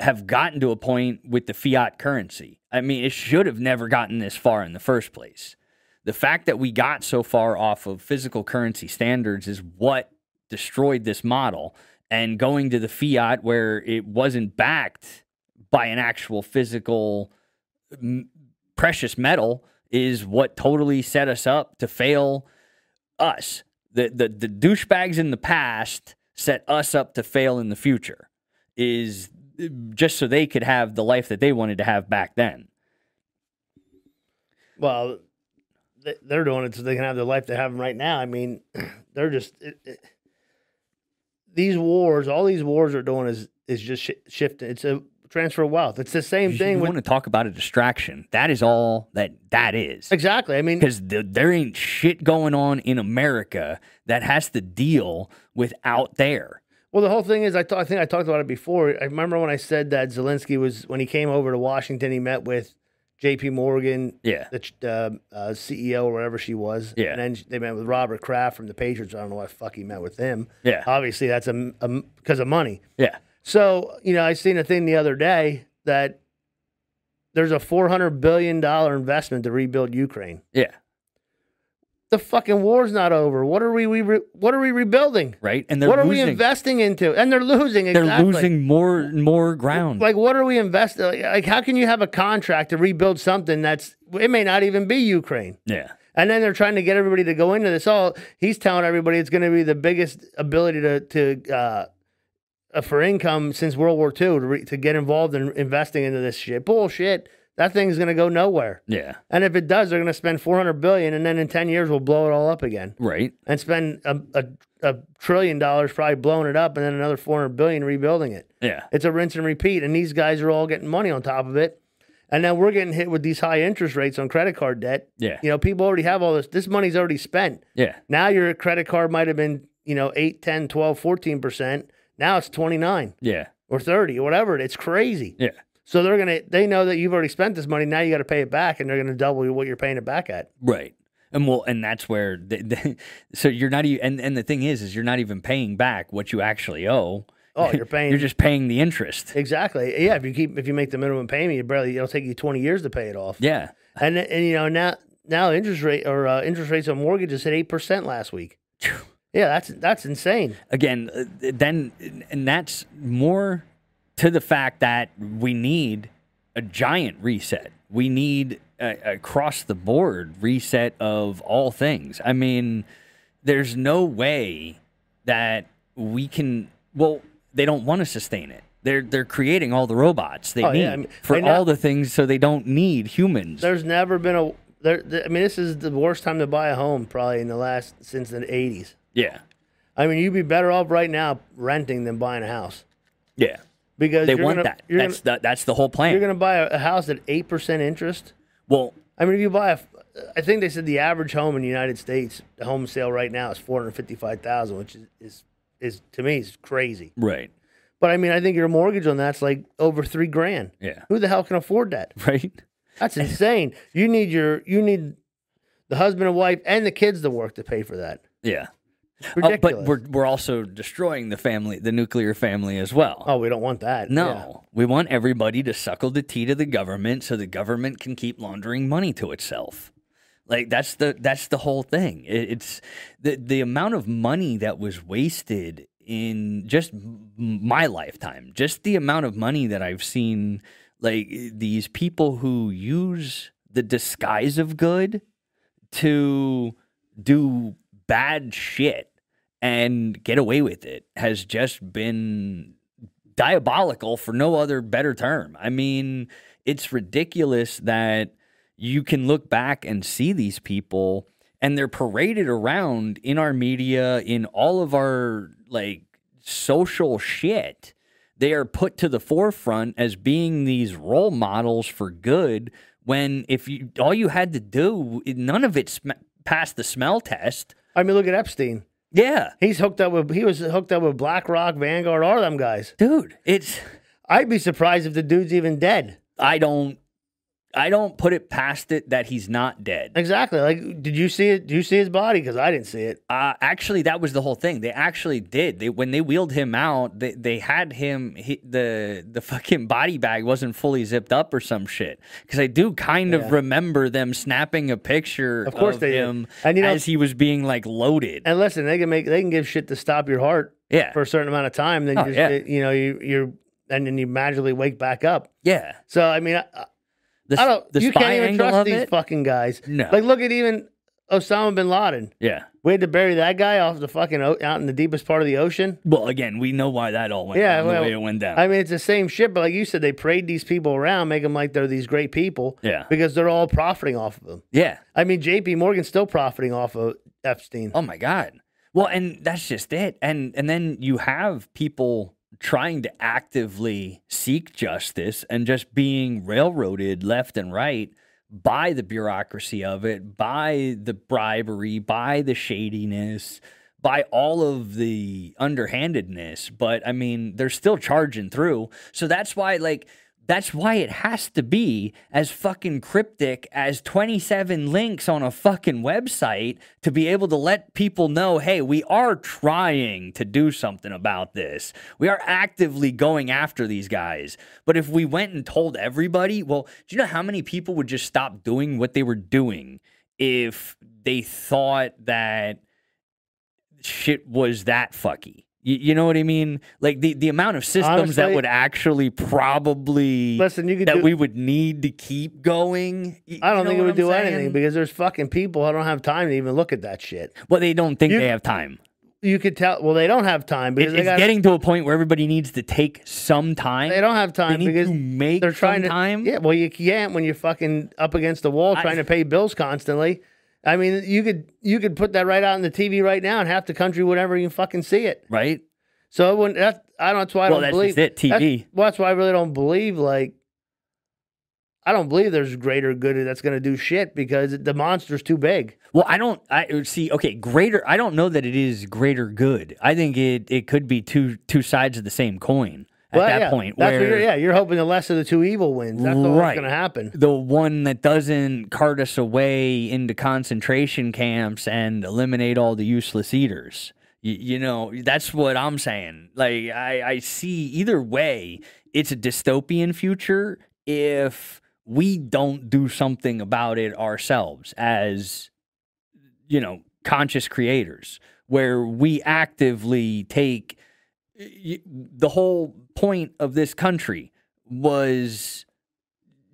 [SPEAKER 8] have gotten to a point with the fiat currency. I mean, it should have never gotten this far in the first place. The fact that we got so far off of physical currency standards is what destroyed this model. And going to the fiat where it wasn't backed by an actual physical m- precious metal is what totally set us up to fail us. The, the, the douchebags in the past set us up to fail in the future is uh, just so they could have the life that they wanted to have back then.
[SPEAKER 3] Well, they- they're doing it so they can have the life they have right now. I mean, they're just it, it- these wars. All these wars are doing is is just shi shifting. It's a transfer of wealth. It's the same
[SPEAKER 8] You-
[SPEAKER 3] thing
[SPEAKER 8] you
[SPEAKER 3] with
[SPEAKER 8] want to talk about a distraction. That is all that that is.
[SPEAKER 3] exactly. I mean,
[SPEAKER 8] Because the, there ain't shit going on in America that has to deal with out there.
[SPEAKER 3] well, the whole thing is I thought I think I talked about it before. I remember when I said that Zelensky was when he came over to Washington, he met with J.P. Morgan,
[SPEAKER 8] Yeah.
[SPEAKER 3] the ch- uh, uh, CEO or whatever she was.
[SPEAKER 8] Yeah.
[SPEAKER 3] And then sh- they met with Robert Kraft from the Patriots. I don't know why the fuck he met with him.
[SPEAKER 8] Yeah.
[SPEAKER 3] Obviously, that's a because of money.
[SPEAKER 8] Yeah.
[SPEAKER 3] So you know, I seen a thing the other day that there's a four hundred billion dollar investment to rebuild Ukraine.
[SPEAKER 8] Yeah.
[SPEAKER 3] The fucking war's not over. What are we? we re, what are we rebuilding?
[SPEAKER 8] Right. And they're
[SPEAKER 3] What are
[SPEAKER 8] losing.
[SPEAKER 3] we investing into? And they're losing.
[SPEAKER 8] they're
[SPEAKER 3] Exactly.
[SPEAKER 8] losing more and more ground.
[SPEAKER 3] Like, what are we investing? Like, how can you have a contract to rebuild something that's? It may not even be Ukraine.
[SPEAKER 8] yeah.
[SPEAKER 3] And then they're trying to get everybody to go into this. All he's telling everybody it's going to be the biggest ability to to uh, uh, for income since World War II to, re, to get involved in investing into this shit. Bullshit. That thing's going to go nowhere.
[SPEAKER 8] Yeah.
[SPEAKER 3] And if it does, they're going to spend 400 billion, and then in 10 years we'll blow it all up again
[SPEAKER 8] Right.
[SPEAKER 3] and spend a, a, a trillion dollars probably blowing it up, and then another 400 billion rebuilding it.
[SPEAKER 8] Yeah.
[SPEAKER 3] It's a rinse and repeat, and these guys are all getting money on top of it. And now we're getting hit with these high interest rates on credit card debt.
[SPEAKER 8] Yeah.
[SPEAKER 3] You know, people already have all this. This money's already spent.
[SPEAKER 8] Yeah.
[SPEAKER 3] Now your credit card might have been, you know, 8, 10, 12, 14%. Now it's 29
[SPEAKER 8] Yeah.
[SPEAKER 3] or 30 or whatever. It's crazy.
[SPEAKER 8] Yeah.
[SPEAKER 3] So they're going to, they know that you've already spent this money. Now you got to pay it back, and they're going to double what you're paying it back at.
[SPEAKER 8] Right. And well, and that's where the, the, so you're not even and, and the thing is is you're not even paying back what you actually owe.
[SPEAKER 3] Oh, you're paying.
[SPEAKER 8] You're just paying the interest.
[SPEAKER 3] Exactly. Yeah. If you keep, if you make the minimum payment, you barely, it'll take you 20 years to pay it off.
[SPEAKER 8] Yeah.
[SPEAKER 3] And, and you know, now, now interest rate or uh, interest rates on mortgages hit 8% last week. Yeah. That's, that's insane.
[SPEAKER 8] Again, uh, then and that's more to the fact that we need a giant reset. We need a, across the board reset of all things. I mean, there's no way that we can well they don't want to sustain it they're they're creating all the robots they
[SPEAKER 3] Oh,
[SPEAKER 8] need
[SPEAKER 3] yeah, I mean,
[SPEAKER 8] for
[SPEAKER 3] right now-
[SPEAKER 8] all the things so they don't need humans
[SPEAKER 3] There's never been a there. th- I mean, this is the worst time to buy a home probably in the last since the '80s.
[SPEAKER 8] yeah
[SPEAKER 3] I mean, you'd be better off right now renting than buying a house
[SPEAKER 8] yeah
[SPEAKER 3] because
[SPEAKER 8] they
[SPEAKER 3] you're
[SPEAKER 8] want
[SPEAKER 3] gonna,
[SPEAKER 8] that
[SPEAKER 3] You're
[SPEAKER 8] that's
[SPEAKER 3] gonna,
[SPEAKER 8] the, that's the whole plan
[SPEAKER 3] you're gonna buy a, a house at eight percent interest.
[SPEAKER 8] well
[SPEAKER 3] I mean, if you buy a, f- I think they said the average home in the United States, the home sale right now is four hundred fifty-five thousand, which is, is is to me is crazy.
[SPEAKER 8] right
[SPEAKER 3] But I mean, I think your mortgage on that's like over three grand.
[SPEAKER 8] Yeah.
[SPEAKER 3] Who the hell can afford that?
[SPEAKER 8] right
[SPEAKER 3] That's insane. you need your you need the husband and wife and the kids to work to pay for that.
[SPEAKER 8] yeah Oh,
[SPEAKER 3] Ridiculous.
[SPEAKER 8] but we're we're also destroying the family the nuclear family as well
[SPEAKER 3] oh, we don't want that.
[SPEAKER 8] no we want everybody to suckle the tea to the government so the government can keep laundering money to itself Like that's the that's the whole thing. It, it's the the amount of money that was wasted in just m- my lifetime. Just the amount of money that I've seen like these people who use the disguise of good to do bad shit and get away with it has just been diabolical for no other better term. I mean, it's ridiculous that you can look back and see these people and they're paraded around in our media in all of our like social shit they are put to the forefront as being these role models for good when if you all you had to do none of it sm- passed the smell test
[SPEAKER 3] I mean, look at Epstein.
[SPEAKER 8] yeah
[SPEAKER 3] He's hooked up with he was hooked up with BlackRock, Vanguard, all them guys.
[SPEAKER 8] dude it's
[SPEAKER 3] I'd be surprised if the dude's even dead.
[SPEAKER 8] i don't I don't put it past it that he's not dead.
[SPEAKER 3] Exactly. Like, did you see it? Did you see his body? Because I didn't see it.
[SPEAKER 8] Uh, actually, that was the whole thing. They actually did. They when they wheeled him out, they, they had him. He, the the fucking body bag wasn't fully zipped up or some shit. Because I do kind of remember them snapping a picture
[SPEAKER 3] Of course they did.
[SPEAKER 8] him
[SPEAKER 3] And you know-
[SPEAKER 8] as he was being like loaded.
[SPEAKER 3] And listen, they can make they can give shit to stop your heart
[SPEAKER 8] yeah,
[SPEAKER 3] for a certain amount of time. Then
[SPEAKER 8] Oh,
[SPEAKER 3] you just,
[SPEAKER 8] yeah.
[SPEAKER 3] you know you you're and then you magically wake back up.
[SPEAKER 8] yeah.
[SPEAKER 3] So I mean, I,
[SPEAKER 8] The,
[SPEAKER 3] I don't.
[SPEAKER 8] the
[SPEAKER 3] you
[SPEAKER 8] spy
[SPEAKER 3] can't even
[SPEAKER 8] angle
[SPEAKER 3] trust
[SPEAKER 8] of
[SPEAKER 3] these
[SPEAKER 8] it.
[SPEAKER 3] fucking guys.
[SPEAKER 8] No.
[SPEAKER 3] Like, look at even Osama bin Laden.
[SPEAKER 8] yeah.
[SPEAKER 3] We had to bury that guy off the fucking o- out in the deepest part of the ocean.
[SPEAKER 8] Well, again, we know why that all went
[SPEAKER 3] Yeah,
[SPEAKER 8] down
[SPEAKER 3] well,
[SPEAKER 8] the way it went down.
[SPEAKER 3] I mean, it's the same shit, but like you said, they parade these people around, make them like they're these great people.
[SPEAKER 8] Yeah.
[SPEAKER 3] Because they're all profiting off of them.
[SPEAKER 8] yeah.
[SPEAKER 3] I mean, JP Morgan's still profiting off of Epstein.
[SPEAKER 8] Oh my god. Well, and that's just it. And and then you have people trying to actively seek justice and just being railroaded left and right by the bureaucracy of it, by the bribery, by the shadiness, by all of the underhandedness. But I mean, they're still charging through. So that's why like that's why it has to be as fucking cryptic as 27 links on a fucking website to be able to let people know hey, we are trying to do something about this. We are actively going after these guys. But if we went and told everybody, well, do you know how many people would just stop doing what they were doing if they thought that shit was that fucky? You, you know what I mean? Like the, the amount of systems that
[SPEAKER 3] Honestly-
[SPEAKER 8] would actually probably
[SPEAKER 3] Listen, you could
[SPEAKER 8] that
[SPEAKER 3] do-
[SPEAKER 8] we would need to keep going. Y-
[SPEAKER 3] I don't
[SPEAKER 8] you know
[SPEAKER 3] think it
[SPEAKER 8] what
[SPEAKER 3] would
[SPEAKER 8] I'm
[SPEAKER 3] do
[SPEAKER 8] saying?
[SPEAKER 3] anything because there's fucking people. I don't have time to even look at that shit.
[SPEAKER 8] well, they don't think
[SPEAKER 3] You-
[SPEAKER 8] they have time.
[SPEAKER 3] You could tell. Well, they don't have time
[SPEAKER 8] It-
[SPEAKER 3] because they
[SPEAKER 8] it's
[SPEAKER 3] got.
[SPEAKER 8] getting to a point where everybody needs to take some time.
[SPEAKER 3] they don't have time
[SPEAKER 8] need
[SPEAKER 3] because
[SPEAKER 8] to make
[SPEAKER 3] they're trying
[SPEAKER 8] some time.
[SPEAKER 3] to. Yeah, well, you can't when you're fucking up against the wall
[SPEAKER 8] I-
[SPEAKER 3] trying to pay bills constantly. I mean, you could you could put that right out on the TV right now, and half the country would ever even fucking see it.
[SPEAKER 8] right?
[SPEAKER 3] So it wouldn't. That's I don't. That's why I
[SPEAKER 8] Well,
[SPEAKER 3] don't
[SPEAKER 8] that's
[SPEAKER 3] believe
[SPEAKER 8] just it,
[SPEAKER 3] that's-
[SPEAKER 8] TV.
[SPEAKER 3] well, that's why I really don't believe. Like, I don't believe there's greater good that's going to do shit because the monster's too big.
[SPEAKER 8] Well, I don't. I see. Okay, greater. I don't know that it is greater good. I think it it could be two two sides of the same coin at
[SPEAKER 3] Well,
[SPEAKER 8] that
[SPEAKER 3] yeah,
[SPEAKER 8] point.
[SPEAKER 3] that's what
[SPEAKER 8] where
[SPEAKER 3] you're, yeah, you're hoping the less of the two evil wins. That's all
[SPEAKER 8] Right.
[SPEAKER 3] that's going to happen.
[SPEAKER 8] the one that doesn't cart us away into concentration camps and eliminate all the useless eaters. You, you know, that's what I'm saying. Like, I, I see either way, it's a dystopian future if we don't do something about it ourselves as, you know, conscious creators, where we actively take y- the whole point of this country was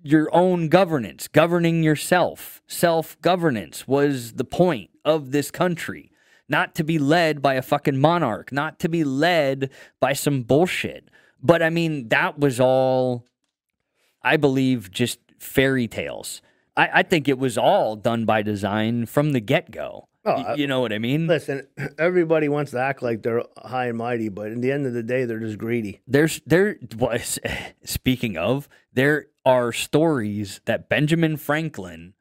[SPEAKER 8] your own governance, governing yourself. Self governance was the point of this country, not to be led by a fucking monarch, not to be led by some bullshit. But I mean, that was all, I believe, just fairy tales. I, I think it was all done by design from the get go.
[SPEAKER 3] Oh, I-
[SPEAKER 8] you know what I mean?
[SPEAKER 3] Listen, everybody wants to act like they're high and mighty, but in the end of the day, they're just greedy.
[SPEAKER 8] there's there was speaking of there are stories that Benjamin Franklin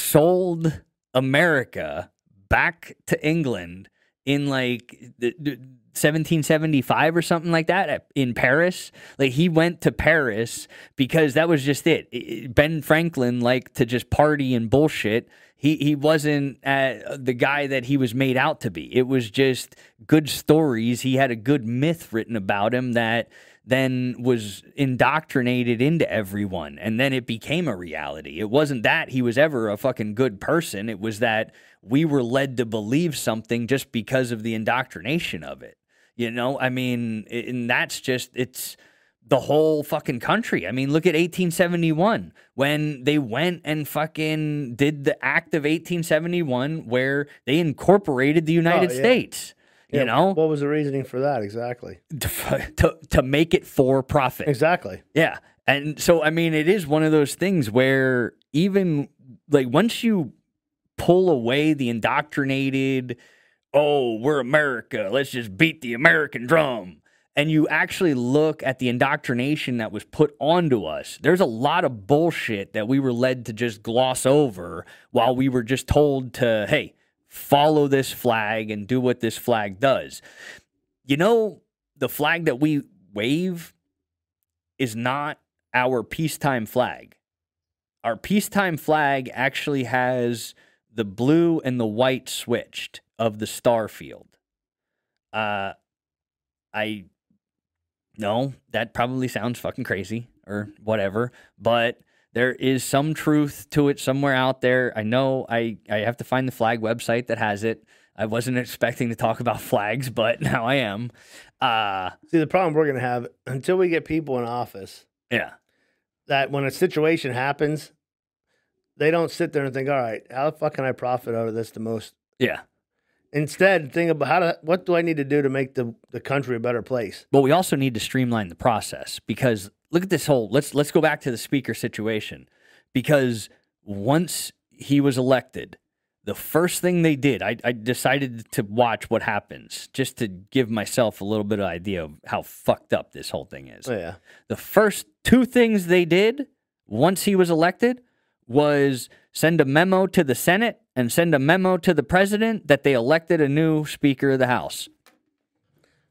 [SPEAKER 8] sold America back to England in like the, the 1775 or something like that at- in Paris like he went to Paris because that was just it I- I- Ben Franklin liked to just party and bullshit he he wasn't uh, the guy that he was made out to be. It was just good stories. He had a good myth written about him that then was indoctrinated into everyone, and then it became a reality. It wasn't that he was ever a fucking good person. It was that we were led to believe something just because of the indoctrination of it. You know, I mean, a- and that's just it's the whole fucking country. I mean, look at 1871 when they went and fucking did the act of 1871 where they incorporated the United
[SPEAKER 3] Oh, yeah.
[SPEAKER 8] States, you
[SPEAKER 3] Yeah,
[SPEAKER 8] know,
[SPEAKER 3] what was the reasoning for that exactly?
[SPEAKER 8] to, f- to, to make it for profit.
[SPEAKER 3] Exactly.
[SPEAKER 8] Yeah. And so, I mean, it is one of those things where even like once you pull away the indoctrinated, oh, we're America, let's just beat the American drum, and you actually look at the indoctrination that was put onto us, there's a lot of bullshit that we were led to just gloss over while we were just told to, hey, follow this flag and do what this flag does. You know, the flag that we wave is not our peacetime flag. our peacetime flag actually has the blue and the white switched of the star field. Uh, I no, that probably sounds fucking crazy or whatever, but there is some truth to it somewhere out there. I know I, I have to find the flag website that has it. I wasn't expecting to talk about flags, but now I am. Uh,
[SPEAKER 3] See, the problem we're gonna have until we get people in office
[SPEAKER 8] yeah.
[SPEAKER 3] that when a situation happens, they don't sit there and think, "All right, how the fuck can I profit out of this the most?"
[SPEAKER 8] Yeah.
[SPEAKER 3] Instead, think about how do, what do I need to do to make the, the country a better place.
[SPEAKER 8] But we also need to streamline the process because look at this whole let's let's go back to the speaker situation because once he was elected, the first thing they did, I, I decided to watch what happens just to give myself a little bit of idea of how fucked up this whole thing is.
[SPEAKER 3] Oh, yeah,
[SPEAKER 8] The first two things they did once he was elected was send a memo to the Senate and send a memo to the president that they elected a new Speaker of the House.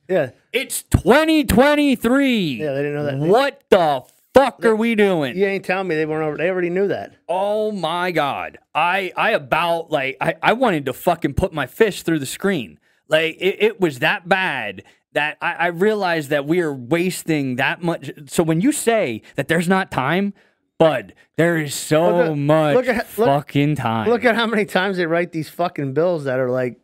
[SPEAKER 3] yeah.
[SPEAKER 8] It's 2023.
[SPEAKER 3] Yeah, they didn't know that.
[SPEAKER 8] What the fuck are we doing?
[SPEAKER 3] You ain't telling me they weren't over. They already knew that.
[SPEAKER 8] Oh my god. I I about like I, I wanted to fucking put my fist through the screen. Like it, it was that bad that I, I realized that we are wasting that much. So when you say that there's not time, bud, there is so
[SPEAKER 3] Look at-
[SPEAKER 8] much
[SPEAKER 3] look at- look-
[SPEAKER 8] fucking time.
[SPEAKER 3] Look at how many times they write these fucking bills that are like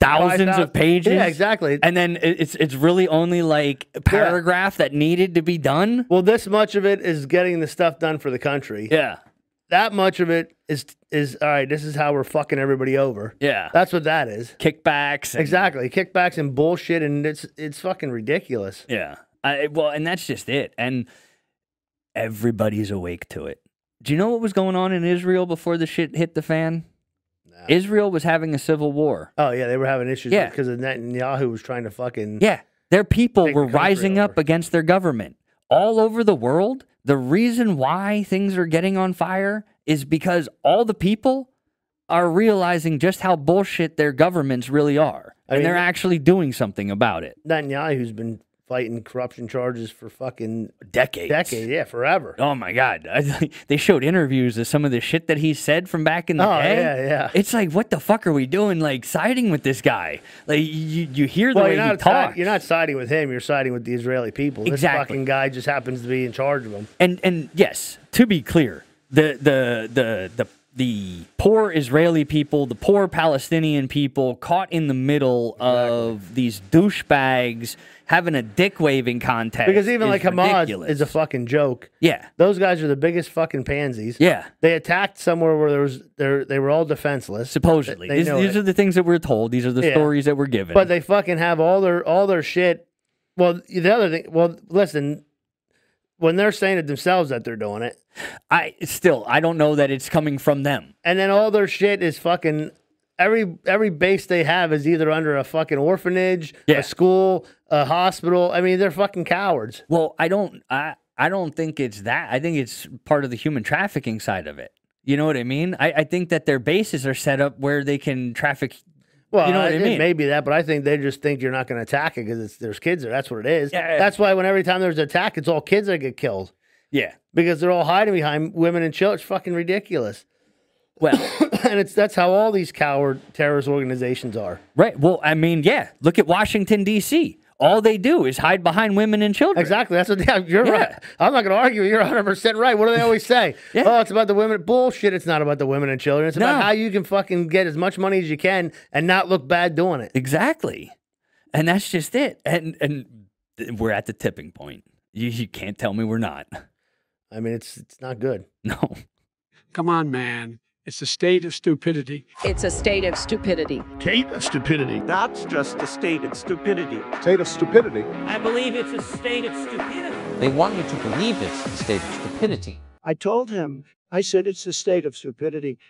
[SPEAKER 8] thousands
[SPEAKER 3] five
[SPEAKER 8] of
[SPEAKER 3] thou-
[SPEAKER 8] pages.
[SPEAKER 3] Yeah, exactly.
[SPEAKER 8] And then it- it's it's really only like a paragraph that needed to be done.
[SPEAKER 3] well, this much of it is getting the stuff done for the country.
[SPEAKER 8] Yeah.
[SPEAKER 3] That much of it is is all right. This is how we're fucking everybody over.
[SPEAKER 8] Yeah.
[SPEAKER 3] That's what that is.
[SPEAKER 8] Kickbacks. and-
[SPEAKER 3] Exactly. Kickbacks and bullshit, and it's it's fucking ridiculous.
[SPEAKER 8] Yeah. I, well, and that's just it. And everybody's awake to it. Do you know what was going on in Israel before the shit hit the fan? Israel was having a civil war.
[SPEAKER 3] Oh yeah, they were having issues
[SPEAKER 8] Yeah.
[SPEAKER 3] because of Netanyahu was trying to fucking
[SPEAKER 8] Yeah. Their people
[SPEAKER 3] Take the
[SPEAKER 8] were
[SPEAKER 3] Mm. country
[SPEAKER 8] rising up
[SPEAKER 3] over.
[SPEAKER 8] against their government. All over the world, the reason why things are getting on fire is because all the people are realizing just how bullshit their governments really are.
[SPEAKER 3] I
[SPEAKER 8] and
[SPEAKER 3] mean,
[SPEAKER 8] they're
[SPEAKER 3] th-
[SPEAKER 8] actually doing something about it.
[SPEAKER 3] Netanyahu's been fighting corruption charges for fucking
[SPEAKER 8] Decades.
[SPEAKER 3] decades. Yeah, forever.
[SPEAKER 8] Oh my God. I, they showed interviews of some of the shit that he said from back in the
[SPEAKER 3] Oh,
[SPEAKER 8] day.
[SPEAKER 3] yeah, yeah.
[SPEAKER 8] It's like, what the fuck are we doing? Like siding with this guy. Like you, you hear the
[SPEAKER 3] Well,
[SPEAKER 8] way
[SPEAKER 3] you're
[SPEAKER 8] he
[SPEAKER 3] not,
[SPEAKER 8] talks.
[SPEAKER 3] side, you're not siding with him. You're siding with the Israeli people. This
[SPEAKER 8] Exactly.
[SPEAKER 3] fucking guy just happens to be in charge of them.
[SPEAKER 8] and and yes, to be clear, the the the the the poor Israeli people, the poor Palestinian people, caught in the middle of these douchebags having a dick waving contest.
[SPEAKER 3] Because even
[SPEAKER 8] is
[SPEAKER 3] like Hamas
[SPEAKER 8] ridiculous.
[SPEAKER 3] is a fucking joke.
[SPEAKER 8] yeah,
[SPEAKER 3] Those guys are the biggest fucking pansies.
[SPEAKER 8] yeah.
[SPEAKER 3] They attacked somewhere where there was there they were all defenseless.
[SPEAKER 8] Supposedly,
[SPEAKER 3] They
[SPEAKER 8] these,
[SPEAKER 3] know
[SPEAKER 8] these
[SPEAKER 3] it.
[SPEAKER 8] are the things that we're told. These are the
[SPEAKER 3] Yeah.
[SPEAKER 8] stories that we're given.
[SPEAKER 3] But they fucking have all their all their shit. Well, the other thing. Well, listen, when they're saying it themselves that they're doing it,
[SPEAKER 8] I still I don't know that it's coming from them.
[SPEAKER 3] and then all their shit is fucking every every base they have is either under a fucking orphanage,
[SPEAKER 8] Yeah.
[SPEAKER 3] a school, a hospital. I mean, they're fucking cowards.
[SPEAKER 8] Well, I don't I I don't think it's that. I think it's part of the human trafficking side of it. You know what I mean? I, I think that their bases are set up where they can traffic.
[SPEAKER 3] Well,
[SPEAKER 8] You know what I
[SPEAKER 3] it
[SPEAKER 8] mean?
[SPEAKER 3] may be that, but I think they just think you're not going to attack it because there's kids there. That's what it is.
[SPEAKER 8] Yeah, yeah.
[SPEAKER 3] That's why when every time there's an attack, it's all kids that get killed
[SPEAKER 8] Yeah.
[SPEAKER 3] because they're all hiding behind women and children. It's fucking ridiculous.
[SPEAKER 8] Well,
[SPEAKER 3] and it's that's how all these coward terrorist organizations are.
[SPEAKER 8] right. Well, I mean, yeah. Look at Washington D.C. All they do is hide behind women and children.
[SPEAKER 3] Exactly. That's what yeah, you're
[SPEAKER 8] Yeah.
[SPEAKER 3] right. I'm not going to argue. You're 100 percent right. What do they always say?
[SPEAKER 8] Yeah.
[SPEAKER 3] Oh, it's about the women. Bullshit. It's not about the women and children. It's
[SPEAKER 8] No.
[SPEAKER 3] about how you can fucking get as much money as you can and not look bad doing it.
[SPEAKER 8] Exactly. And that's just it. And and th- we're at the tipping point. You you can't tell me we're not.
[SPEAKER 3] I mean, it's it's not good.
[SPEAKER 8] No.
[SPEAKER 1] Come on, man. It's a state of stupidity.
[SPEAKER 2] It's a state of stupidity.
[SPEAKER 5] State of stupidity.
[SPEAKER 6] That's just a state of stupidity.
[SPEAKER 9] state of stupidity.
[SPEAKER 6] I believe it's a state of stupidity.
[SPEAKER 7] They want you to believe it's the state of stupidity.
[SPEAKER 4] I told him, I said, it's the state of stupidity.